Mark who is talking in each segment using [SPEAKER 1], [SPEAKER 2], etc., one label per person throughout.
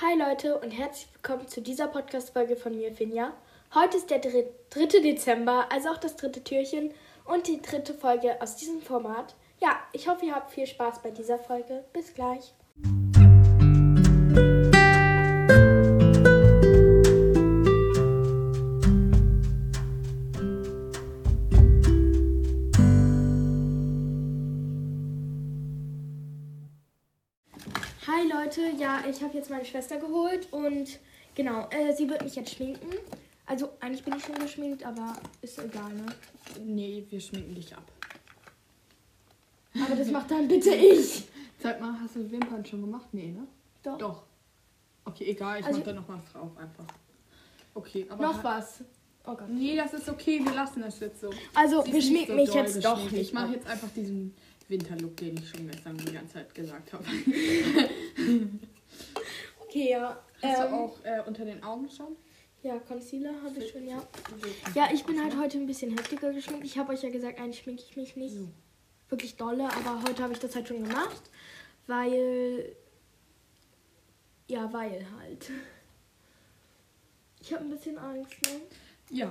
[SPEAKER 1] Hi Leute und herzlich willkommen zu dieser Podcast-Folge von mir, Finja. Heute ist der dr- 3. Dezember, also auch das dritte Türchen und die dritte Folge aus diesem Format. Ja, ich hoffe, ihr habt viel Spaß bei dieser Folge. Bis gleich. Hi Leute, ja, ich habe jetzt meine Schwester geholt und genau, äh, sie wird mich jetzt schminken. Also eigentlich bin ich schon geschminkt, aber ist egal, ne?
[SPEAKER 2] Nee, wir schminken dich ab.
[SPEAKER 1] Aber das macht dann bitte ich.
[SPEAKER 2] Sag mal, hast du Wimpern schon gemacht? Nee, ne?
[SPEAKER 1] Doch.
[SPEAKER 2] Doch. Okay, egal, ich
[SPEAKER 1] Also-
[SPEAKER 2] mach da nochmal drauf einfach. Okay, aber.
[SPEAKER 1] Noch was. Oh Gott.
[SPEAKER 2] Nee, das ist okay, wir lassen das jetzt so.
[SPEAKER 1] Also,
[SPEAKER 2] Sie
[SPEAKER 1] wir
[SPEAKER 2] ist nicht
[SPEAKER 1] schminken
[SPEAKER 2] so
[SPEAKER 1] mich
[SPEAKER 2] doll
[SPEAKER 1] jetzt doch
[SPEAKER 2] geschminkt.
[SPEAKER 1] nicht
[SPEAKER 2] Ich mache
[SPEAKER 1] ab.
[SPEAKER 2] jetzt einfach diesen Winterlook, den ich schon gestern die ganze Zeit gesagt habe.
[SPEAKER 1] Ähm. Okay, ja.
[SPEAKER 2] Hast
[SPEAKER 1] ähm,
[SPEAKER 2] du auch äh, unter den Augen schon?
[SPEAKER 1] Ja, Concealer habe ich schon, ja. Ja, ich bin halt heute ein bisschen heftiger geschminkt. Ich habe euch ja gesagt, eigentlich schminke ich mich nicht
[SPEAKER 2] So.
[SPEAKER 1] wirklich dolle, aber heute habe ich das halt schon gemacht, weil. Ja, weil halt. Ich habe ein bisschen Angst, ne?
[SPEAKER 2] Ja.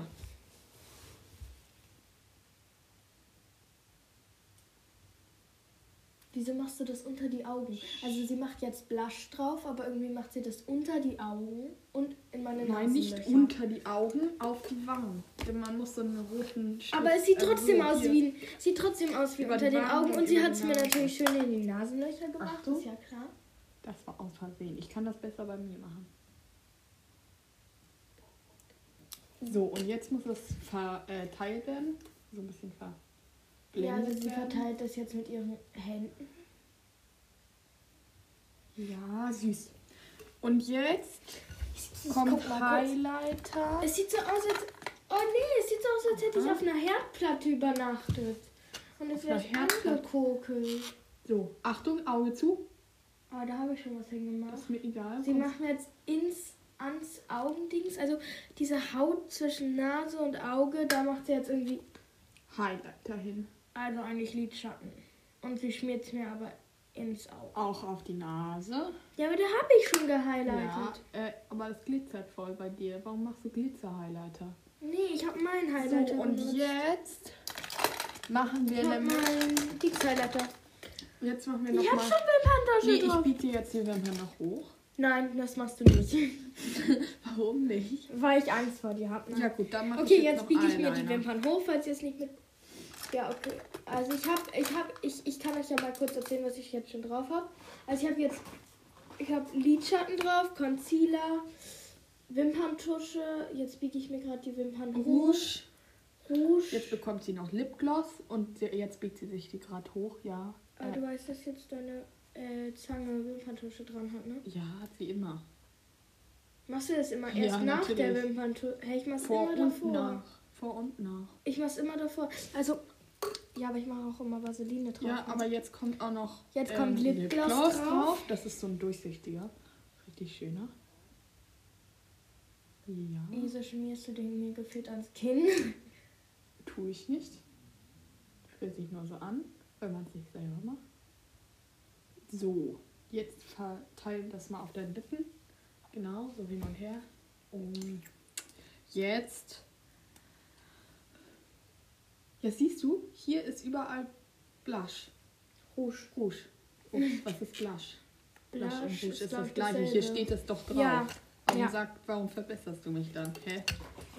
[SPEAKER 1] Wieso machst du das unter die Augen? Also sie macht jetzt Blush drauf, aber irgendwie macht sie das unter die Augen und in meine
[SPEAKER 2] Nein, nicht
[SPEAKER 1] Nasenlöcher.
[SPEAKER 2] unter die Augen, auf die Wangen. Denn man muss so einen roten Stift,
[SPEAKER 1] Aber es sieht
[SPEAKER 2] äh,
[SPEAKER 1] trotzdem
[SPEAKER 2] so
[SPEAKER 1] aus
[SPEAKER 2] hier-
[SPEAKER 1] wie, sieht trotzdem aus wie
[SPEAKER 2] Über
[SPEAKER 1] unter
[SPEAKER 2] die
[SPEAKER 1] den
[SPEAKER 2] Wangen
[SPEAKER 1] Augen
[SPEAKER 2] und
[SPEAKER 1] und sie
[SPEAKER 2] über
[SPEAKER 1] hat
[SPEAKER 2] die
[SPEAKER 1] es mir
[SPEAKER 2] Nase.
[SPEAKER 1] natürlich schön in die Nasenlöcher gemacht,
[SPEAKER 2] Achtung.
[SPEAKER 1] ist ja klar.
[SPEAKER 2] Das war aus Versehen. Ich kann das besser bei mir machen. So, und jetzt muss es verteilt werden. So ein bisschen
[SPEAKER 1] Ja, also
[SPEAKER 2] verblendet
[SPEAKER 1] sie
[SPEAKER 2] werden.
[SPEAKER 1] verteilt das jetzt mit ihren Händen.
[SPEAKER 2] Ja, süß. Und jetzt kommt
[SPEAKER 1] Guck mal kurz.
[SPEAKER 2] Highlighter.
[SPEAKER 1] Es sieht so aus, als. Oh nee, es sieht so aus, als hätte ich
[SPEAKER 2] Aha.
[SPEAKER 1] auf einer Herdplatte übernachtet. Und es
[SPEAKER 2] Auf
[SPEAKER 1] wäre
[SPEAKER 2] einer Herdplatte?
[SPEAKER 1] angekokelt.
[SPEAKER 2] So, Achtung, Auge zu.
[SPEAKER 1] Aber da habe ich schon was hingemacht.
[SPEAKER 2] Ist mir egal.
[SPEAKER 1] Sie machen jetzt ins ans Augendings, also diese Haut zwischen Nase und Auge, da macht sie jetzt irgendwie,
[SPEAKER 2] Highlighter hin.
[SPEAKER 1] also eigentlich Lidschatten. Und sie schmiert es mir aber ins Auge.
[SPEAKER 2] Auch auf die Nase.
[SPEAKER 1] Ja, aber da habe ich schon gehighlightet.
[SPEAKER 2] Ja, äh, aber es glitzert voll bei dir. Warum machst du Glitzer-Highlighter?
[SPEAKER 1] Nee, ich habe meinen
[SPEAKER 2] So,
[SPEAKER 1] Highlighter
[SPEAKER 2] und
[SPEAKER 1] benutzt.
[SPEAKER 2] jetzt machen wir
[SPEAKER 1] Ich habe
[SPEAKER 2] nämlich...
[SPEAKER 1] meinen Dings-Highlighter.
[SPEAKER 2] Jetzt machen wir
[SPEAKER 1] Ich habe
[SPEAKER 2] nochmal...
[SPEAKER 1] schon Wimperntasche
[SPEAKER 2] Nee, ich
[SPEAKER 1] drauf.
[SPEAKER 2] biete dir jetzt die Wimpern noch hoch.
[SPEAKER 1] Nein, das machst du nicht.
[SPEAKER 2] Warum nicht?
[SPEAKER 1] Weil ich Angst vor dir habe.
[SPEAKER 2] Ja gut, dann mach
[SPEAKER 1] okay,
[SPEAKER 2] ich
[SPEAKER 1] jetzt,
[SPEAKER 2] noch
[SPEAKER 1] biege ich mir die
[SPEAKER 2] Eyeliner.
[SPEAKER 1] Wimpern hoch, falls ihr es nicht mit. Ja, okay. Also ich habe, ich habe, ich, ich kann euch ja mal kurz erzählen, was ich jetzt schon drauf habe. Also ich habe jetzt, ich habe Lidschatten drauf, Concealer, Wimperntusche. Jetzt biege ich mir gerade die Wimpern hoch.
[SPEAKER 2] Rouge.
[SPEAKER 1] Rouge.
[SPEAKER 2] Jetzt bekommt sie noch Lipgloss und sie- jetzt biegt sie sich die gerade hoch, ja.
[SPEAKER 1] Aber Ah, du
[SPEAKER 2] Äh,
[SPEAKER 1] weißt, dass jetzt deine äh, Zange Wimperntusche dran hat, ne?
[SPEAKER 2] Äh, ja, hat sie immer.
[SPEAKER 1] Machst du das immer
[SPEAKER 2] Ja,
[SPEAKER 1] erst nach der
[SPEAKER 2] natürlich.
[SPEAKER 1] Wimperntusche? Hey, ich mach's
[SPEAKER 2] Vor
[SPEAKER 1] immer
[SPEAKER 2] und
[SPEAKER 1] davor.
[SPEAKER 2] nach. Vor und nach.
[SPEAKER 1] Ich mach's immer davor. Also, ja, aber ich mache auch immer Vaseline drauf.
[SPEAKER 2] Ja, aber jetzt kommt auch noch ähm,
[SPEAKER 1] Jetzt kommt Lipgloss drauf.
[SPEAKER 2] Das ist so ein durchsichtiger. Richtig schöner. Ja,
[SPEAKER 1] Wieso schmierst du den mir gefühlt ans Kinn?
[SPEAKER 2] tue ich nicht. Fühlt sich nur so an, wenn man es nicht selber macht. So, jetzt verteilen das mal auf deinen Lippen. Genau, so hin und her. Und jetzt. Jetzt siehst du, hier ist überall Blush.
[SPEAKER 1] Rouge.
[SPEAKER 2] Rouge. Ups, was ist Blush? Blush und Rouge ist
[SPEAKER 1] glaub
[SPEAKER 2] das
[SPEAKER 1] ich,
[SPEAKER 2] gleiche. Hier
[SPEAKER 1] dasselbe.
[SPEAKER 2] steht es doch drauf.
[SPEAKER 1] Ja.
[SPEAKER 2] Warum,
[SPEAKER 1] Ja.
[SPEAKER 2] sagt, warum verbesserst du mich dann? Hä?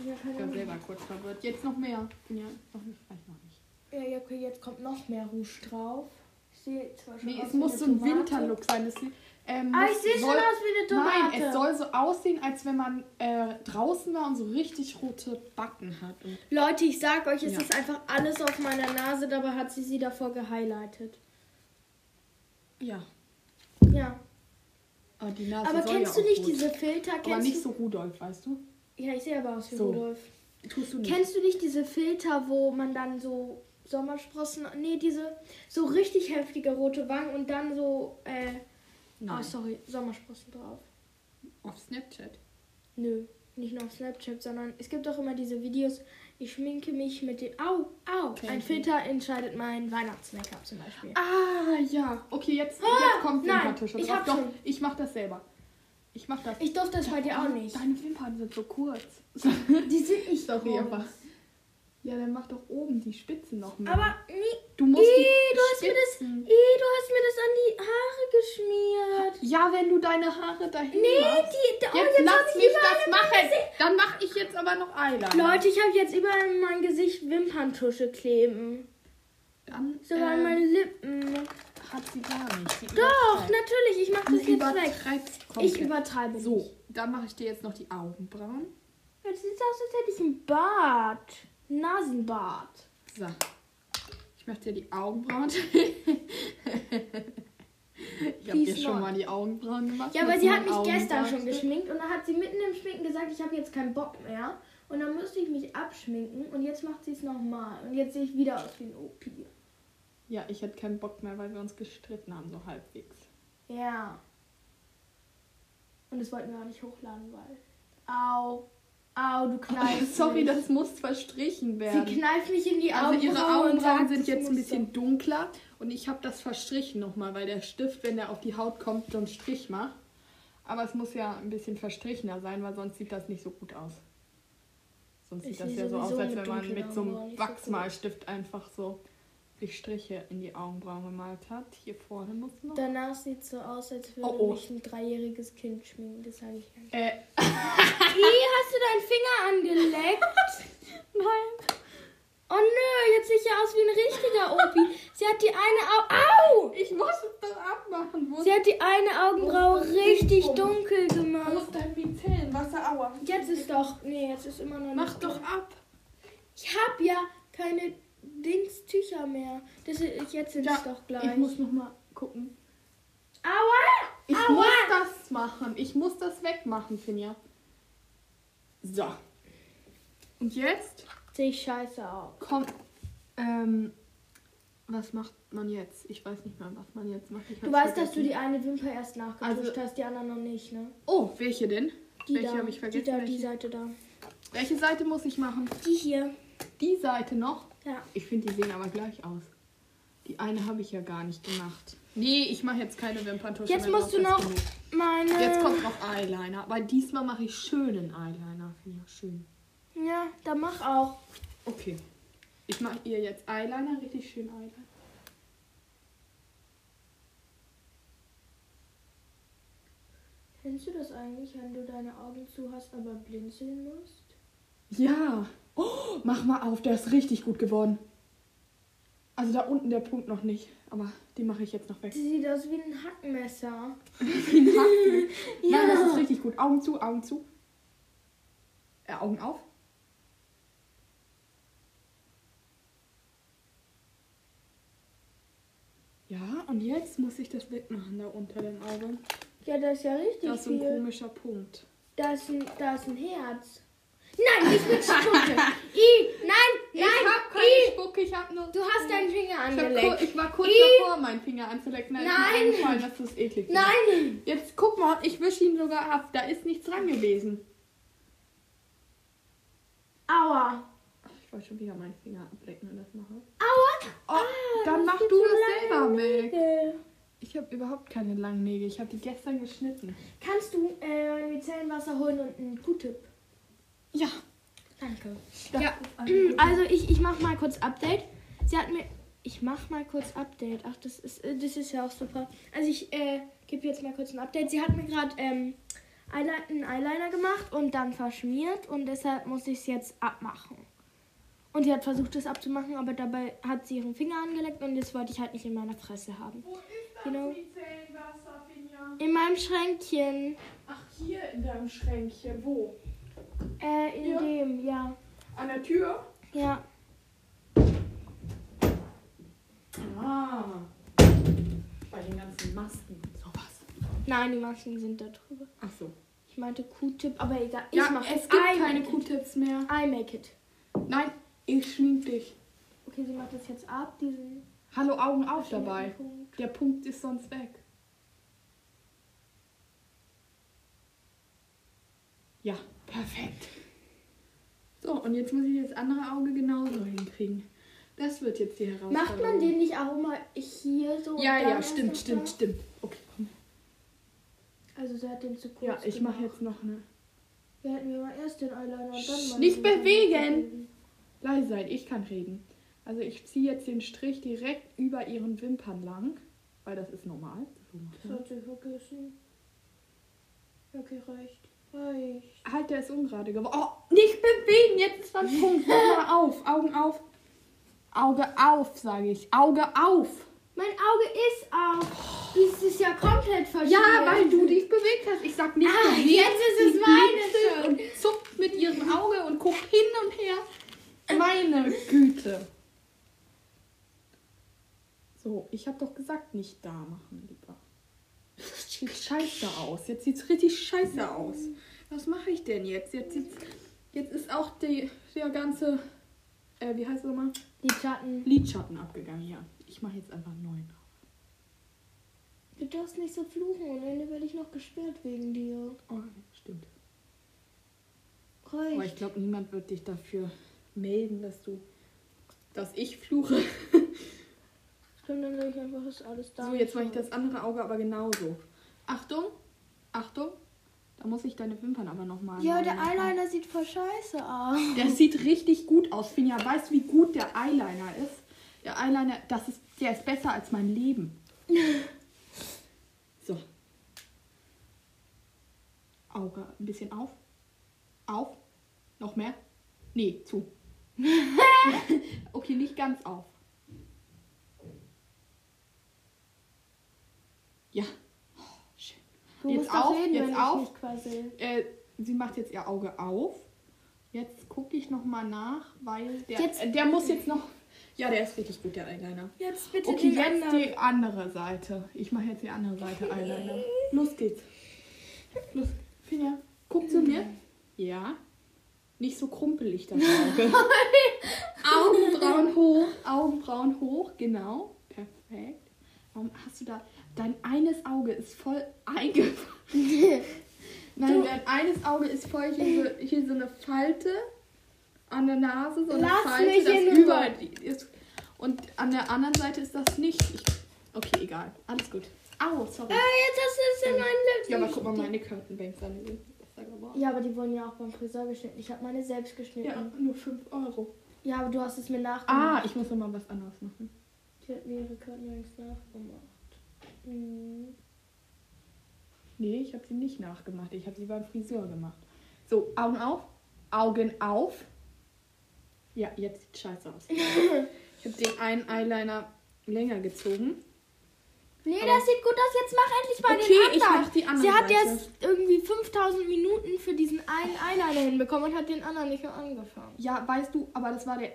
[SPEAKER 1] Ja,
[SPEAKER 2] Ich
[SPEAKER 1] keine
[SPEAKER 2] war
[SPEAKER 1] Ahnung.
[SPEAKER 2] selber kurz verwirrt. Jetzt noch mehr. Ja, noch nicht, vielleicht noch nicht.
[SPEAKER 1] ja, ja, okay, jetzt kommt noch mehr Rouge drauf. Ich sehe zwar schon
[SPEAKER 2] Nee,
[SPEAKER 1] aus
[SPEAKER 2] es
[SPEAKER 1] wie
[SPEAKER 2] muss
[SPEAKER 1] eine
[SPEAKER 2] so ein
[SPEAKER 1] Tomate.
[SPEAKER 2] Winterlook sein. Es, sieht- ähm,
[SPEAKER 1] Ah, ich
[SPEAKER 2] es
[SPEAKER 1] sehe schon aus
[SPEAKER 2] soll-
[SPEAKER 1] wie eine Tomate.
[SPEAKER 2] Nein, es soll so aussehen, als wenn man äh, draußen war und so richtig rote Backen hat. Und
[SPEAKER 1] Leute, ich sag euch, es
[SPEAKER 2] Ja.
[SPEAKER 1] ist einfach alles auf meiner Nase, dabei hat sie sie davor gehighlightet.
[SPEAKER 2] ja,
[SPEAKER 1] Ja.
[SPEAKER 2] aber die Nase
[SPEAKER 1] Aber
[SPEAKER 2] soll
[SPEAKER 1] kennst
[SPEAKER 2] ja
[SPEAKER 1] du
[SPEAKER 2] auch
[SPEAKER 1] nicht
[SPEAKER 2] rot.
[SPEAKER 1] diese Filter? Kennst
[SPEAKER 2] Aber nicht
[SPEAKER 1] du?
[SPEAKER 2] so Rudolf, weißt du?
[SPEAKER 1] Ja, ich sehe aber aus wie
[SPEAKER 2] So.
[SPEAKER 1] Rudolf.
[SPEAKER 2] Tust du nicht.
[SPEAKER 1] Kennst du nicht diese Filter, wo man dann so Sommersprossen, nee, diese so richtig heftige rote Wangen und dann so, äh, ah,
[SPEAKER 2] Nein.
[SPEAKER 1] sorry, Sommersprossen drauf.
[SPEAKER 2] Auf Snapchat.
[SPEAKER 1] Nö, nicht nur auf Snapchat, sondern es gibt auch immer diese Videos, ich schminke mich mit dem, au, au,
[SPEAKER 2] Okay.
[SPEAKER 1] ein Filter entscheidet mein Weihnachts-Make-up zum Beispiel.
[SPEAKER 2] Ah, ja. Okay, jetzt, jetzt kommt
[SPEAKER 1] nein,
[SPEAKER 2] Wimperntusche
[SPEAKER 1] ich
[SPEAKER 2] drauf.
[SPEAKER 1] hab
[SPEAKER 2] Doch,
[SPEAKER 1] schon.
[SPEAKER 2] ich mach das selber. Ich mach das.
[SPEAKER 1] Ich durfte das bei dir auch
[SPEAKER 2] Deine-
[SPEAKER 1] nicht.
[SPEAKER 2] Deine Wimpern sind so kurz.
[SPEAKER 1] Die sind nicht
[SPEAKER 2] Sorry,
[SPEAKER 1] groß.
[SPEAKER 2] aber. Ja, dann mach doch oben die Spitzen noch mehr.
[SPEAKER 1] Aber nee,
[SPEAKER 2] du musst
[SPEAKER 1] Ih,
[SPEAKER 2] die
[SPEAKER 1] du hast mir das, ih,
[SPEAKER 2] Spitzen.
[SPEAKER 1] du hast mir das an die Haare geschmiert.
[SPEAKER 2] Ja, wenn du deine Haare dahin
[SPEAKER 1] Nee,
[SPEAKER 2] machst.
[SPEAKER 1] die, da- oh,
[SPEAKER 2] Jetzt,
[SPEAKER 1] hab
[SPEAKER 2] lass
[SPEAKER 1] ich
[SPEAKER 2] mich
[SPEAKER 1] überall
[SPEAKER 2] das
[SPEAKER 1] in
[SPEAKER 2] machen.
[SPEAKER 1] meinem Gesicht-
[SPEAKER 2] Dann mach ich jetzt aber noch Eyeliner.
[SPEAKER 1] Leute, ich habe jetzt überall in mein Gesicht Wimperntusche kleben.
[SPEAKER 2] dann
[SPEAKER 1] Sogar an
[SPEAKER 2] ähm,
[SPEAKER 1] meine Lippen.
[SPEAKER 2] hat sie gar nicht. Sie
[SPEAKER 1] Doch,
[SPEAKER 2] übertreibt.
[SPEAKER 1] natürlich, ich mache
[SPEAKER 2] Du
[SPEAKER 1] das jetzt weg.
[SPEAKER 2] übertreibst
[SPEAKER 1] Ich
[SPEAKER 2] komplett.
[SPEAKER 1] übertreibe nicht.
[SPEAKER 2] So, dann mache ich dir jetzt noch die Augenbrauen.
[SPEAKER 1] Das sieht aus, als hätte ich einen Bart. Nasenbart.
[SPEAKER 2] So. Ich mache dir die Augenbrauen. ich habe
[SPEAKER 1] Die
[SPEAKER 2] dir
[SPEAKER 1] ist
[SPEAKER 2] schon
[SPEAKER 1] neu.
[SPEAKER 2] mal die Augenbrauen gemacht.
[SPEAKER 1] Ja, aber
[SPEAKER 2] Mit
[SPEAKER 1] sie
[SPEAKER 2] so
[SPEAKER 1] hat mich
[SPEAKER 2] einem
[SPEAKER 1] gestern schon
[SPEAKER 2] Augenbrauen-
[SPEAKER 1] geschminkt und dann hat sie mitten im Schminken gesagt, ich habe jetzt keinen Bock mehr. Und dann musste ich mich abschminken und jetzt macht sie es nochmal. Und jetzt sehe ich wieder aus wie ein OP.
[SPEAKER 2] Ja, ich hatte keinen Bock mehr, weil wir uns gestritten haben, so halbwegs.
[SPEAKER 1] Ja. Und das wollten wir auch nicht hochladen, weil. Au. Au, du knallst.
[SPEAKER 2] Sorry,
[SPEAKER 1] mich.
[SPEAKER 2] das muss verstrichen
[SPEAKER 1] Sie
[SPEAKER 2] werden.
[SPEAKER 1] kneift mich in die Augen.
[SPEAKER 2] Also ihre Augenbrauen sind jetzt ein bisschen
[SPEAKER 1] So.
[SPEAKER 2] dunkler und ich habe das verstrichen nochmal, weil der Stift, wenn der auf die Haut kommt, so einen Strich macht. Aber es muss ja ein bisschen verstrichener sein, weil sonst sieht das nicht so gut aus. Sonst
[SPEAKER 1] Ich
[SPEAKER 2] sieht das
[SPEAKER 1] sehe
[SPEAKER 2] ja so aus,
[SPEAKER 1] sowieso
[SPEAKER 2] als
[SPEAKER 1] mit
[SPEAKER 2] wenn man
[SPEAKER 1] dunklen
[SPEAKER 2] mit so
[SPEAKER 1] Augenbrauen
[SPEAKER 2] einem
[SPEAKER 1] nicht so gut.
[SPEAKER 2] Wachsmalstift einfach so sich Striche in die Augenbrauen gemalt hat. Hier vorne muss noch.
[SPEAKER 1] Danach sieht es so aus, als würde
[SPEAKER 2] Oh, oh.
[SPEAKER 1] mich ein dreijähriges Kind schminken. Das sage ich nicht.
[SPEAKER 2] Äh,
[SPEAKER 1] Ih, hast du deinen Finger angeleckt?
[SPEAKER 2] nein.
[SPEAKER 1] Oh nö, jetzt sehe ich ja aus wie ein richtiger Opi. Sie hat die eine Au. Au!
[SPEAKER 2] Ich muss es doch abmachen. Wo,
[SPEAKER 1] Sie hat die eine
[SPEAKER 2] Oh,
[SPEAKER 1] Augenbraue richtig dunkel
[SPEAKER 2] ist- wo
[SPEAKER 1] gemacht.
[SPEAKER 2] ist dein Micellenwasser? Aua.
[SPEAKER 1] Jetzt ist doch. Nee, jetzt ist immer noch nicht.
[SPEAKER 2] Mach doch
[SPEAKER 1] da.
[SPEAKER 2] ab.
[SPEAKER 1] Ich hab ja keine Dingstücher mehr. Das ist, jetzt sind
[SPEAKER 2] Ja,
[SPEAKER 1] es doch gleich.
[SPEAKER 2] Ich muss nochmal gucken.
[SPEAKER 1] Aua!
[SPEAKER 2] Ich
[SPEAKER 1] Aua!
[SPEAKER 2] muss das machen. Ich muss das wegmachen, Finja. So. Und jetzt
[SPEAKER 1] Sehe ich scheiße aus.
[SPEAKER 2] kommt. Ähm, was macht man jetzt? Ich weiß nicht mehr, was man jetzt macht. Ich
[SPEAKER 1] Du
[SPEAKER 2] hab's
[SPEAKER 1] weißt, dass du
[SPEAKER 2] vergessen.
[SPEAKER 1] die eine Wimper erst nachgetuscht
[SPEAKER 2] Also-
[SPEAKER 1] hast, die anderen noch nicht, ne?
[SPEAKER 2] Oh, welche denn?
[SPEAKER 1] Die
[SPEAKER 2] welche
[SPEAKER 1] da.
[SPEAKER 2] habe ich vergessen?
[SPEAKER 1] Die da, die
[SPEAKER 2] welche?
[SPEAKER 1] Seite da.
[SPEAKER 2] welche Seite muss ich machen?
[SPEAKER 1] Die hier.
[SPEAKER 2] Die Seite noch?
[SPEAKER 1] Ja.
[SPEAKER 2] Ich finde, die sehen aber gleich aus. Die eine habe ich ja gar nicht gemacht. Nee, ich mache jetzt keine Wimperntusche.
[SPEAKER 1] Jetzt
[SPEAKER 2] mehr
[SPEAKER 1] musst
[SPEAKER 2] drauf,
[SPEAKER 1] du
[SPEAKER 2] das
[SPEAKER 1] noch
[SPEAKER 2] genug.
[SPEAKER 1] meine.
[SPEAKER 2] Jetzt kommt noch Eyeliner. Aber diesmal mache ich schönen Eyeliner. Finja, schön.
[SPEAKER 1] Ja, dann mach auch.
[SPEAKER 2] Okay. Ich mache ihr jetzt Eyeliner, richtig schön Eyeliner.
[SPEAKER 1] Kennst du das eigentlich, wenn du deine Augen zu hast, aber blinzeln musst?
[SPEAKER 2] Ja. Oh, mach mal auf, der ist richtig gut geworden. Also da unten der Punkt noch nicht, aber den mache ich jetzt noch weg.
[SPEAKER 1] Sie sieht aus wie ein Hackmesser.
[SPEAKER 2] Nein, das ist richtig gut. Augen zu, Augen zu. Äh, Augen auf. Ja, und jetzt muss ich das wegmachen da unter dem Auge.
[SPEAKER 1] Ja, das ist ja richtig
[SPEAKER 2] Da ist so ein
[SPEAKER 1] viel.
[SPEAKER 2] komischer Punkt.
[SPEAKER 1] Da ist ein, da ist ein Herz. Nein, nicht mit Spucke. I, nein,
[SPEAKER 2] Ich
[SPEAKER 1] nein,
[SPEAKER 2] hab keine
[SPEAKER 1] I.
[SPEAKER 2] Spucke, ich hab nur.
[SPEAKER 1] Du hast deinen Finger
[SPEAKER 2] Ich, hab kur-
[SPEAKER 1] angeleckt.
[SPEAKER 2] ich war kurz
[SPEAKER 1] I.
[SPEAKER 2] davor, meinen Finger anzulecken. Da ist mir
[SPEAKER 1] Nein.
[SPEAKER 2] eingefallen, dass das eklig war.
[SPEAKER 1] Nein,
[SPEAKER 2] Jetzt guck mal, ich wische ihn sogar ab. Da ist nichts dran gewesen.
[SPEAKER 1] aua.
[SPEAKER 2] Ach, ich wollte schon wieder meinen Finger ablecken und das mache.
[SPEAKER 1] Aua. Äh.
[SPEAKER 2] Oh, dann mach
[SPEAKER 1] sind
[SPEAKER 2] du
[SPEAKER 1] so
[SPEAKER 2] das
[SPEAKER 1] lange
[SPEAKER 2] selber weg.
[SPEAKER 1] Nägel.
[SPEAKER 2] Ich habe überhaupt keine langen Nägel. Ich habe die gestern geschnitten.
[SPEAKER 1] Kannst du äh, mein Micellenwasser holen und einen Q-Tipp?
[SPEAKER 2] Ja.
[SPEAKER 1] Danke.
[SPEAKER 2] Das
[SPEAKER 1] Ja.
[SPEAKER 2] ist alles gut.
[SPEAKER 1] Also ich, ich mach mal kurz Update. Sie hat mir. Ich mach mal kurz Update. Ach, das ist, äh, das ist ja auch super. Also ich äh, gebe jetzt mal kurz ein Update. Sie hat mir gerade ähm, Eyeliner- einen Eyeliner gemacht und dann verschmiert und deshalb muss ich es jetzt abmachen. Und sie hat versucht, es abzumachen, aber dabei hat sie ihren Finger angeleckt und das wollte ich halt nicht in meiner Fresse haben.
[SPEAKER 2] Wo ist das
[SPEAKER 1] Genau.
[SPEAKER 2] Micellenwasser, Finja?
[SPEAKER 1] In meinem Schränkchen.
[SPEAKER 2] Ach, hier in deinem Schränkchen. Wo?
[SPEAKER 1] Äh, in
[SPEAKER 2] Ja.
[SPEAKER 1] dem, ja.
[SPEAKER 2] An der Tür?
[SPEAKER 1] Ja.
[SPEAKER 2] Ah. Bei den ganzen Masken. Sowas.
[SPEAKER 1] Nein, die Masken sind da drüber.
[SPEAKER 2] Ach so.
[SPEAKER 1] Ich meinte Q-Tip, aber egal.
[SPEAKER 2] Ja,
[SPEAKER 1] ich mach
[SPEAKER 2] es
[SPEAKER 1] das.
[SPEAKER 2] gibt
[SPEAKER 1] I
[SPEAKER 2] keine
[SPEAKER 1] make it.
[SPEAKER 2] Q-Tipps mehr.
[SPEAKER 1] I make it.
[SPEAKER 2] Nein, ich schmink dich.
[SPEAKER 1] Okay, sie macht das jetzt ab, diesen
[SPEAKER 2] Hallo, Augen auf dabei.
[SPEAKER 1] Punkt.
[SPEAKER 2] Der Punkt ist sonst weg. Ja, perfekt. So, und jetzt muss ich das andere Auge genauso hinkriegen. Das wird jetzt die Herausforderung.
[SPEAKER 1] Macht man den nicht auch mal hier so? und
[SPEAKER 2] Ja,
[SPEAKER 1] dann
[SPEAKER 2] ja,
[SPEAKER 1] erst
[SPEAKER 2] stimmt,
[SPEAKER 1] noch
[SPEAKER 2] stimmt,
[SPEAKER 1] da?
[SPEAKER 2] stimmt. Okay, komm.
[SPEAKER 1] Also sie hat den zu kurz
[SPEAKER 2] Ja, ich mache
[SPEAKER 1] gemacht.
[SPEAKER 2] jetzt noch eine.
[SPEAKER 1] Wir hätten wir mal erst den Eyeliner und dann
[SPEAKER 2] Sch,
[SPEAKER 1] mal
[SPEAKER 2] nicht
[SPEAKER 1] den
[SPEAKER 2] bewegen! Leise sein, ich kann reden. Also ich ziehe jetzt den Strich direkt über ihren Wimpern lang, weil das ist normal. So macht
[SPEAKER 1] Das
[SPEAKER 2] man.
[SPEAKER 1] hat sie vergessen. Okay, reicht. Reicht.
[SPEAKER 2] Halt, der ist ungerade geworden. Oh, nicht bewegen, jetzt ist mein Punkt. Augen auf, Augen auf. Auge auf, sage ich. Auge auf.
[SPEAKER 1] Mein Auge ist auf. Dies ist ja komplett verschwunden.
[SPEAKER 2] Ja, weil du dich bewegt hast. Ich sag nicht
[SPEAKER 1] Ah,
[SPEAKER 2] bewegen.
[SPEAKER 1] jetzt ist
[SPEAKER 2] Sie
[SPEAKER 1] es meine
[SPEAKER 2] blinzelt
[SPEAKER 1] Schuld.
[SPEAKER 2] und zupft mit ihrem Auge und guckt hin und her. Meine Güte. So, ich habe doch gesagt, nicht da machen, lieber. Sieht scheiße aus. Jetzt sieht's richtig scheiße aus. Was mache ich denn jetzt? Jetzt, sieht's, jetzt ist auch die, der ganze, äh, wie heißt es nochmal?
[SPEAKER 1] Lidschatten.
[SPEAKER 2] Lidschatten abgegangen, ja. Ich mache jetzt einfach einen neuen.
[SPEAKER 1] Du darfst nicht so fluchen und dann werde ich noch gesperrt wegen dir.
[SPEAKER 2] Oh, stimmt. Aber ich
[SPEAKER 1] Reicht.
[SPEAKER 2] glaube, niemand wird dich dafür melden, dass du, dass ich fluche.
[SPEAKER 1] Stimmt, dann sage ich einfach, ist alles da.
[SPEAKER 2] So, jetzt mache ich das andere Auge aber genauso. Achtung, Achtung. Da muss ich deine Wimpern aber nochmal.
[SPEAKER 1] Ja, der Eyeliner sieht voll scheiße aus.
[SPEAKER 2] Der sieht richtig gut aus, Finja. Weißt du, wie gut der Eyeliner ist? Der Eyeliner, das ist, der ist besser als mein Leben. So. Auge ein bisschen auf. Auf. Noch mehr. Nee, zu. okay, nicht ganz auf. Ja. Oh, schön.
[SPEAKER 1] Du
[SPEAKER 2] Jetzt
[SPEAKER 1] musst doch
[SPEAKER 2] auf,
[SPEAKER 1] reden,
[SPEAKER 2] jetzt
[SPEAKER 1] wenn ich
[SPEAKER 2] auf.
[SPEAKER 1] nicht quassel.
[SPEAKER 2] Äh, sie macht jetzt ihr Auge auf. Jetzt gucke ich noch mal nach, weil der
[SPEAKER 1] Jetzt-
[SPEAKER 2] äh, der muss jetzt noch Ja, der ist richtig gut der Eyeliner.
[SPEAKER 1] Jetzt bitte
[SPEAKER 2] Okay,
[SPEAKER 1] den
[SPEAKER 2] jetzt
[SPEAKER 1] anderen.
[SPEAKER 2] die andere Seite. Ich mache jetzt die andere Seite Eyeliner. Los geht's. Los. Finja, guck zu mir. Ja. Nicht so krumpelig das Auge. Augenbrauen hoch, Augenbrauen hoch, genau. Perfekt. Warum hast du da dein eines Auge ist voll eingefangen. Nein,
[SPEAKER 1] Du-
[SPEAKER 2] dein eines Auge ist voll hier so, hier so eine Falte an der Nase, so eine
[SPEAKER 1] Lass
[SPEAKER 2] Falte,
[SPEAKER 1] mich in
[SPEAKER 2] das
[SPEAKER 1] Ruhe.
[SPEAKER 2] über die ist. Und an der anderen Seite ist das nicht. Ich, okay, egal. Alles gut. Au, sorry.
[SPEAKER 1] Ah, jetzt hast du es in meinen Lippen.
[SPEAKER 2] Ja, aber guck mal, meine Curtain-Banks an, die sind besser geworden.
[SPEAKER 1] Ja, aber die wurden ja auch beim Friseur geschnitten. Ich habe meine selbst geschnitten.
[SPEAKER 2] Ja,
[SPEAKER 1] Ja.
[SPEAKER 2] nur 5 Euro.
[SPEAKER 1] aber du hast es mir
[SPEAKER 2] Ah,
[SPEAKER 1] nachgemacht.
[SPEAKER 2] ich muss nochmal was anderes machen.
[SPEAKER 1] Die hat mir ihre Karten längst nachgemacht. Mhm.
[SPEAKER 2] Nee, ich habe sie nicht nachgemacht. Ich habe sie beim Friseur gemacht. So, Augen auf. Augen auf. Ja, jetzt sieht scheiße aus. ich habe den einen Eyeliner länger gezogen.
[SPEAKER 1] Nee,
[SPEAKER 2] Aber-
[SPEAKER 1] das sieht gut aus. Jetzt mach endlich mal
[SPEAKER 2] Okay,
[SPEAKER 1] den
[SPEAKER 2] ich
[SPEAKER 1] anderen.
[SPEAKER 2] mach die andere
[SPEAKER 1] Sie hat
[SPEAKER 2] Seite.
[SPEAKER 1] jetzt irgendwie 5000 Minuten für diesen einen Eyeliner hinbekommen und hat den anderen nicht mehr angefangen.
[SPEAKER 2] Ja, weißt du, aber das war der.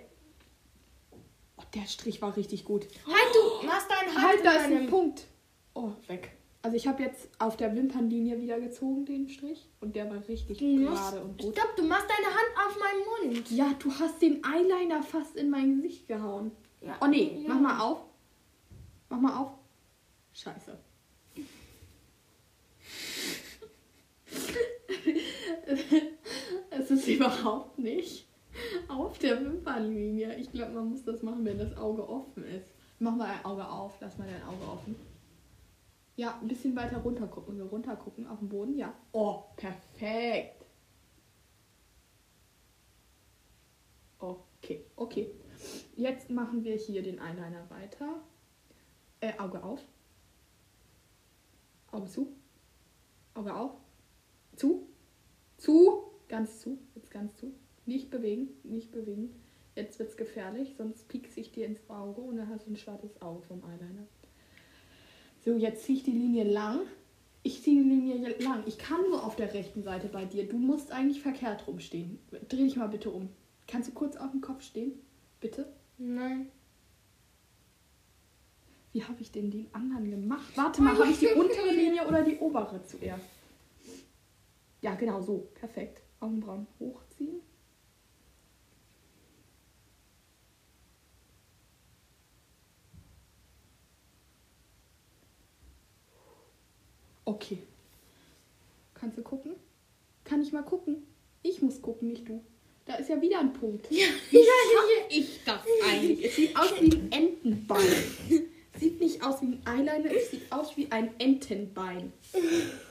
[SPEAKER 2] Oh, der Strich war richtig gut.
[SPEAKER 1] Halt, du machst deinen Hand
[SPEAKER 2] Halt,
[SPEAKER 1] in
[SPEAKER 2] da ist ein
[SPEAKER 1] meinem-
[SPEAKER 2] Punkt. Oh, weg. Also ich habe jetzt auf der Wimpernlinie wieder gezogen den Strich und der war richtig
[SPEAKER 1] Du musst-
[SPEAKER 2] gerade und gut.
[SPEAKER 1] Stopp, du machst deine Hand auf meinen Mund.
[SPEAKER 2] Ja, du hast den Eyeliner fast in mein Gesicht gehauen.
[SPEAKER 1] Ja.
[SPEAKER 2] Oh nee,
[SPEAKER 1] Ja.
[SPEAKER 2] mach mal auf. Mach mal auf. Scheiße. es ist überhaupt nicht auf der Wimpernlinie. Ich glaube, man muss das machen, wenn das Auge offen ist. Mach mal dein Auge auf, lass mal dein Auge offen. Ja, ein bisschen weiter runter gucken. So runter gucken auf den Boden, ja. Oh, perfekt. Okay, okay. Jetzt machen wir hier den Eyeliner weiter. Äh, Auge auf. Auge zu. Auge auf. Zu. Zu. Ganz zu. Jetzt ganz zu. Nicht bewegen. Nicht bewegen. Jetzt wird's gefährlich, sonst piekst ich dir ins Auge und dann hast du ein schwarzes Auge vom Eyeliner. So, jetzt ziehe ich die Linie lang. Ich ziehe die Linie lang. Ich kann nur auf der rechten Seite bei dir. Du musst eigentlich verkehrt rumstehen. Dreh dich mal bitte um. Kannst du kurz auf dem Kopf stehen? Bitte?
[SPEAKER 1] Nein.
[SPEAKER 2] Wie habe ich denn den anderen gemacht? Warte mal, habe ich die untere Linie oder die obere zuerst? Ja, genau so. Perfekt. Augenbrauen hochziehen. Okay. Kannst du gucken? Kann ich mal gucken? Ich muss gucken, nicht du. Da ist ja wieder ein Punkt. Ja, Wie schaffe ich das eigentlich? Es sieht aus wie ein Entenbein. Sieht nicht aus wie ein Eyeliner, es sieht aus wie ein Entenbein.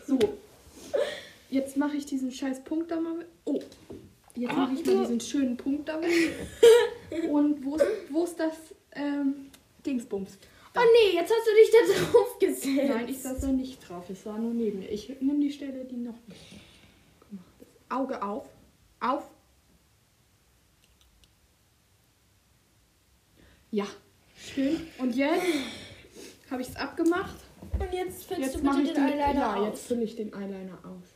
[SPEAKER 2] So, Jetzt mache ich diesen scheiß Punkt da mal mit. Oh. Jetzt
[SPEAKER 3] Ah.
[SPEAKER 2] mache ich mal diesen schönen Punkt da mit. Und wo ist, wo ist das ähm, Dingsbums?
[SPEAKER 1] Oh nee, jetzt hast du dich da drauf gesetzt.
[SPEAKER 2] Nein, ich saß da nicht drauf. Ich war nur neben mir. Ich nehme die Stelle, die noch nicht gemacht ist. Auge auf. Auf. Ja. Schön. Und jetzt habe ich es abgemacht.
[SPEAKER 1] Und jetzt füllst
[SPEAKER 2] Jetzt
[SPEAKER 1] du
[SPEAKER 2] mache
[SPEAKER 1] bitte
[SPEAKER 2] ich
[SPEAKER 1] den,
[SPEAKER 2] den
[SPEAKER 1] Eyeliner
[SPEAKER 2] ja,
[SPEAKER 1] aus.
[SPEAKER 2] jetzt fülle ich den Eyeliner aus.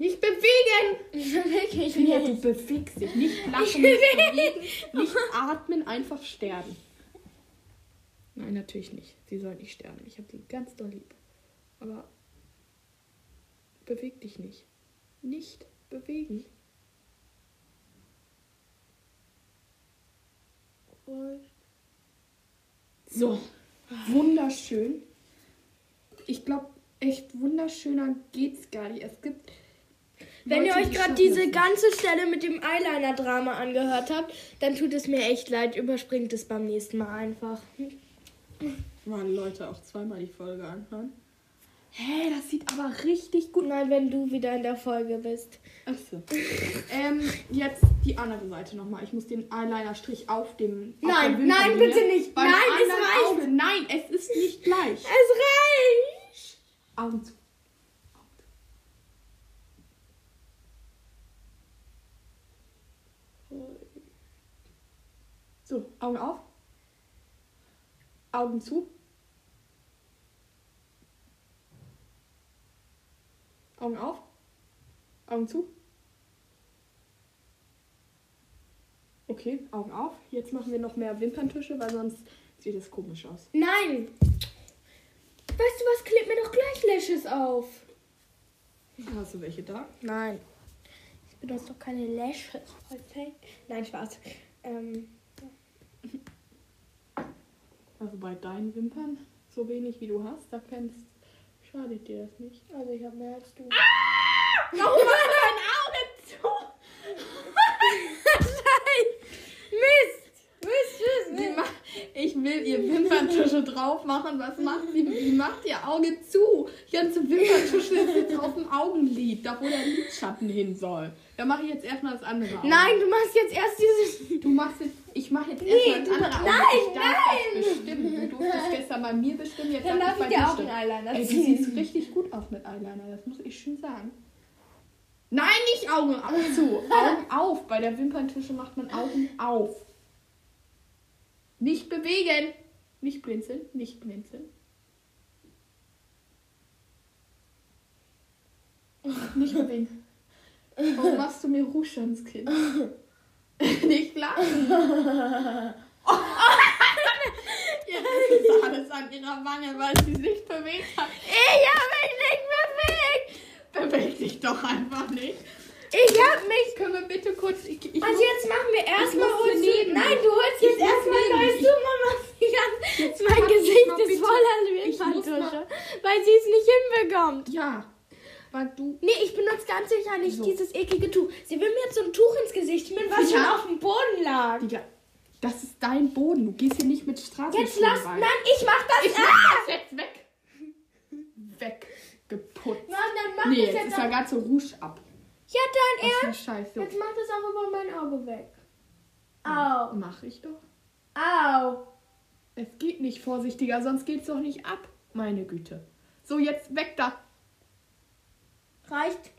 [SPEAKER 2] Nicht bewegen!
[SPEAKER 1] Wirklich
[SPEAKER 2] Ja, du
[SPEAKER 1] nicht.
[SPEAKER 2] bewegst dich. Nicht lachen, nicht bewegen, nicht atmen, einfach sterben. Nein, natürlich nicht. Sie soll nicht sterben. Ich habe sie ganz doll lieb. Aber beweg dich nicht. Nicht bewegen. So, wunderschön. Ich glaube, echt wunderschöner geht's gar nicht. Es gibt.
[SPEAKER 1] Wenn ihr
[SPEAKER 2] Leute,
[SPEAKER 1] euch
[SPEAKER 2] die
[SPEAKER 1] gerade
[SPEAKER 2] schaffen
[SPEAKER 1] diese
[SPEAKER 2] das
[SPEAKER 1] ganze Stelle mit dem Eyeliner-Drama angehört habt, dann tut es mir echt leid. Überspringt es beim nächsten Mal einfach.
[SPEAKER 3] Waren Leute auch zweimal die Folge anhören?
[SPEAKER 2] Hey, das sieht aber richtig gut.
[SPEAKER 1] Nein, wenn du wieder in der Folge bist.
[SPEAKER 3] Achso. ähm,
[SPEAKER 2] Jetzt die andere Seite nochmal. Ich muss den Eyeliner-Strich auf dem.
[SPEAKER 1] Nein,
[SPEAKER 2] auf der
[SPEAKER 1] nein,
[SPEAKER 2] Wimpernlinie.
[SPEAKER 1] bitte nicht.
[SPEAKER 2] Beim
[SPEAKER 1] Nein, es
[SPEAKER 2] anderen
[SPEAKER 1] reicht.
[SPEAKER 2] Auge. Nein, es ist nicht gleich.
[SPEAKER 1] Es reicht!
[SPEAKER 2] Augen zu. Augen zu. So, Augen auf. Augen zu. Augen auf. Augen zu. Okay, Augen auf. Jetzt machen wir noch mehr Wimperntusche, weil sonst sieht es komisch aus.
[SPEAKER 1] Nein! Weißt du was, klebt mir doch gleich Lashes auf.
[SPEAKER 3] hast du welche da?
[SPEAKER 1] Nein. Ich benutze doch keine Lashes. Okay. Nein, Spaß. Ähm,
[SPEAKER 3] Also bei deinen Wimpern, so wenig wie du hast, da kennst, schadet dir das nicht.
[SPEAKER 1] also ich habe mehr als du. Mist! Mist, Mist,
[SPEAKER 2] Die
[SPEAKER 1] Mist.
[SPEAKER 2] ma- Ich will ihr Wimperntusche drauf machen. Was macht sie? Sie macht ihr Auge zu. Die ganze Wimperntusche ist jetzt auf dem Augenlid, da wo der
[SPEAKER 3] Lidschatten hin soll.
[SPEAKER 2] Da mache ich jetzt erstmal das andere Auge.
[SPEAKER 1] Nein, du machst jetzt erst dieses.
[SPEAKER 2] Du machst jetzt. Ich mache jetzt
[SPEAKER 1] Nee,
[SPEAKER 2] erstmal das
[SPEAKER 1] du-
[SPEAKER 2] andere Auge.
[SPEAKER 1] nein,
[SPEAKER 2] ich darf das bestimmen. Du durftest gestern bei mir bestimmen, jetzt
[SPEAKER 1] Dann darf ich
[SPEAKER 2] bei
[SPEAKER 1] dir auch einen
[SPEAKER 2] bestimmen.
[SPEAKER 1] Eyeliner
[SPEAKER 2] Ey, du siehst
[SPEAKER 1] ziehen.
[SPEAKER 2] richtig gut aus mit Eyeliner, das muss ich schon sagen. Nein, nicht Augen auf. So, Augen auf. Bei der Wimperntusche macht man Augen auf. Nicht bewegen. Nicht blinzeln, nicht blinzeln. Nicht bewegen. Warum machst du mir Rouge ans Kind? Nicht lachen. Jetzt ist alles an ihrer Wange, weil sie sich bewegt hat.
[SPEAKER 1] Ich habe mich nicht bewegt!
[SPEAKER 2] Beweg dich doch einfach nicht.
[SPEAKER 1] Ich habe mich.
[SPEAKER 2] Können wir bitte kurz. Ich, ich
[SPEAKER 1] Also jetzt machen wir erstmal
[SPEAKER 2] muss hier
[SPEAKER 1] holst
[SPEAKER 2] neben.
[SPEAKER 1] du. Nein, du holst jetzt
[SPEAKER 2] Ich muss
[SPEAKER 1] erstmal ein
[SPEAKER 2] neben.
[SPEAKER 1] neues
[SPEAKER 2] Ich-
[SPEAKER 1] Zoom und machst die ganze.
[SPEAKER 2] Jetzt
[SPEAKER 1] mein
[SPEAKER 2] pack ich
[SPEAKER 1] Gesicht
[SPEAKER 2] mal
[SPEAKER 1] ist
[SPEAKER 2] bitte-
[SPEAKER 1] voller
[SPEAKER 2] Ich muss
[SPEAKER 1] Wimperntusche, weil sie es nicht hinbekommt.
[SPEAKER 2] ja. Weil du.
[SPEAKER 1] Nee, ich benutze ganz sicher nicht
[SPEAKER 2] So.
[SPEAKER 1] dieses eklige Tuch. Sie will mir jetzt so ein Tuch ins Gesicht schmieren, was
[SPEAKER 2] Ja.
[SPEAKER 1] schon auf dem Boden lag.
[SPEAKER 2] Digga, das ist dein Boden. Du gehst hier nicht mit Straßen.
[SPEAKER 1] Jetzt lass. Nein, ich mach das.
[SPEAKER 2] Ich mach das jetzt weg. Weggeputzt.
[SPEAKER 1] Nein, dann mach
[SPEAKER 2] Nee,
[SPEAKER 1] das
[SPEAKER 2] jetzt
[SPEAKER 1] jetzt.
[SPEAKER 2] ist ja
[SPEAKER 1] auch-
[SPEAKER 2] ganze Rouge ab.
[SPEAKER 1] Ja, dein
[SPEAKER 2] Was für
[SPEAKER 1] Ernst.
[SPEAKER 2] ein Scheiß. So,
[SPEAKER 1] Jetzt mach das auch über mein Auge weg.
[SPEAKER 2] Ja,
[SPEAKER 1] Au.
[SPEAKER 2] Mach ich doch.
[SPEAKER 1] Au.
[SPEAKER 2] Es geht nicht vorsichtiger, sonst geht's doch nicht ab. Meine Güte. So, jetzt weg da.
[SPEAKER 1] Reicht.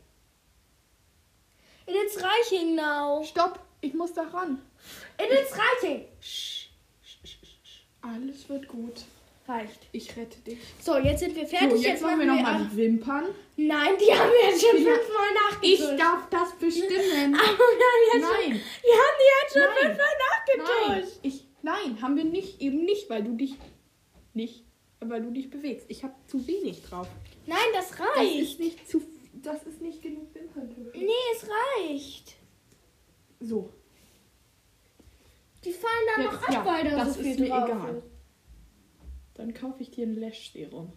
[SPEAKER 1] It is reiching now.
[SPEAKER 2] Stopp. Ich muss da ran.
[SPEAKER 1] It is reiching.
[SPEAKER 2] Sch, sch, sch, sch, sch. Alles wird gut.
[SPEAKER 1] Reicht.
[SPEAKER 2] Ich rette dich.
[SPEAKER 1] So, jetzt sind wir
[SPEAKER 2] So,
[SPEAKER 1] fertig.
[SPEAKER 2] jetzt, machen wir nochmal
[SPEAKER 1] ab-
[SPEAKER 2] die Wimpern.
[SPEAKER 1] Nein, die haben wir jetzt schon
[SPEAKER 2] Ja.
[SPEAKER 1] fünfmal
[SPEAKER 2] Ich
[SPEAKER 1] nachgetuscht.
[SPEAKER 2] darf das bestimmen.
[SPEAKER 1] Aber wir haben, jetzt schon,
[SPEAKER 2] Nein,
[SPEAKER 1] wir haben die jetzt schon
[SPEAKER 2] Nein.
[SPEAKER 1] fünfmal
[SPEAKER 2] nein.
[SPEAKER 1] nachgetuscht.
[SPEAKER 2] Ich, nein, haben wir nicht. Eben nicht, weil du dich nicht, weil du dich bewegst. Ich habe zu wenig drauf.
[SPEAKER 1] Nein, das
[SPEAKER 2] Das
[SPEAKER 1] reicht.
[SPEAKER 2] ist nicht zu, das ist nicht genug Wimperntusche.
[SPEAKER 1] Nee, es reicht.
[SPEAKER 2] So,
[SPEAKER 1] Die fallen dann
[SPEAKER 2] Jetzt-
[SPEAKER 1] noch ab,
[SPEAKER 2] ja,
[SPEAKER 1] weil da
[SPEAKER 2] das
[SPEAKER 1] so
[SPEAKER 2] ist
[SPEAKER 1] viel
[SPEAKER 2] mir
[SPEAKER 1] drauf
[SPEAKER 2] egal.
[SPEAKER 1] ist.
[SPEAKER 3] Dann kaufe ich dir ein Lash-Serum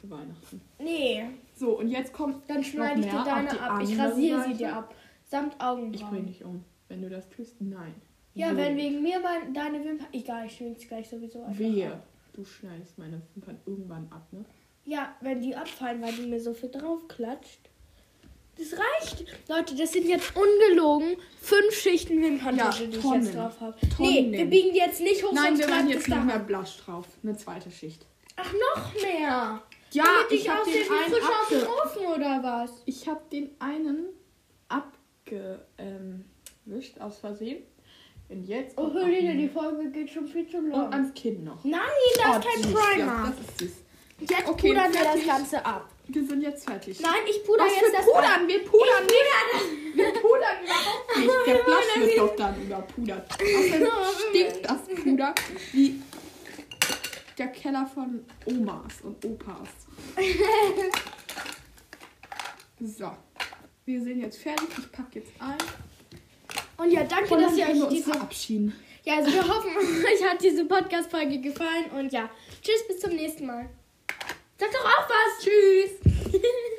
[SPEAKER 3] zu Weihnachten.
[SPEAKER 1] Nee,
[SPEAKER 2] so und jetzt kommt
[SPEAKER 1] dann schneide ich
[SPEAKER 2] mehr
[SPEAKER 1] dir
[SPEAKER 2] auf die
[SPEAKER 1] deine ab. Ich
[SPEAKER 2] andere
[SPEAKER 1] rasiere sie
[SPEAKER 2] Seite.
[SPEAKER 1] dir ab. Samt
[SPEAKER 3] Ich bringe
[SPEAKER 1] Augenbrauen.
[SPEAKER 3] dich um. Wenn du das tust, nein.
[SPEAKER 1] ja,
[SPEAKER 3] Wehe.
[SPEAKER 1] wenn wegen mir mein, deine Wimpern... Egal, ich schwing's gleich sowieso einfach ab.
[SPEAKER 3] Wehe. Du schneidest meine Wimpern irgendwann ab, ne?
[SPEAKER 1] Ja, wenn die abfallen, weil du mir so viel draufklatscht. Das reicht. Leute, das sind jetzt ungelogen fünf Schichten Wimperntusche,
[SPEAKER 2] Ja,
[SPEAKER 1] die ich
[SPEAKER 2] Tonnen.
[SPEAKER 1] jetzt drauf habe.
[SPEAKER 2] Tonnen.
[SPEAKER 1] Nee, wir biegen die jetzt nicht hoch,
[SPEAKER 2] Nein, wir
[SPEAKER 1] sonst
[SPEAKER 2] machen
[SPEAKER 1] bleibt
[SPEAKER 2] jetzt
[SPEAKER 1] es da.
[SPEAKER 2] noch mehr Blush drauf. Eine zweite Schicht.
[SPEAKER 1] Ach, noch mehr.
[SPEAKER 2] Ja,
[SPEAKER 1] Damit
[SPEAKER 2] ich
[SPEAKER 1] ich
[SPEAKER 2] habe
[SPEAKER 1] aussehe
[SPEAKER 2] den,
[SPEAKER 1] wie
[SPEAKER 2] einen
[SPEAKER 1] frisch aus dem
[SPEAKER 2] abge...
[SPEAKER 1] Ofen oder was?
[SPEAKER 2] Ich hab den einen abgewischt ähm, wischt aus Versehen. Und jetzt...
[SPEAKER 1] Oh,
[SPEAKER 2] kommt
[SPEAKER 1] hör
[SPEAKER 2] noch
[SPEAKER 1] dir,
[SPEAKER 2] ein-
[SPEAKER 1] die Folge geht schon viel zu
[SPEAKER 2] Und
[SPEAKER 1] lang.
[SPEAKER 2] ans Kinn noch.
[SPEAKER 1] Nein, da ist
[SPEAKER 2] Oh,
[SPEAKER 1] kein
[SPEAKER 2] süß. Ja,
[SPEAKER 1] Primer.
[SPEAKER 2] das ist süß.
[SPEAKER 1] Jetzt
[SPEAKER 2] Okay,
[SPEAKER 1] pudern wir das
[SPEAKER 2] fertig.
[SPEAKER 1] Ganze ab.
[SPEAKER 2] Wir sind jetzt fertig.
[SPEAKER 1] Nein, ich pudere
[SPEAKER 2] Was für
[SPEAKER 1] jetzt das ab.
[SPEAKER 2] Pudern? Wir pudern
[SPEAKER 1] Ich pudere
[SPEAKER 2] Wir pudern überhaupt nicht. Der Blush wird doch dann überpudert. Außerdem stinkt das Puder wie der Keller von Omas und Opas. So. Wir sind jetzt fertig. Ich packe jetzt ein.
[SPEAKER 1] das. Und ja, danke, dass ihr
[SPEAKER 2] können
[SPEAKER 1] euch
[SPEAKER 2] wir uns
[SPEAKER 1] diese...
[SPEAKER 2] verabschieden.
[SPEAKER 1] Ja, also wir hoffen, euch hat diese Podcast-Folge gefallen. Und ja, tschüss, bis zum nächsten Mal. Sag doch auch was. Tschüss.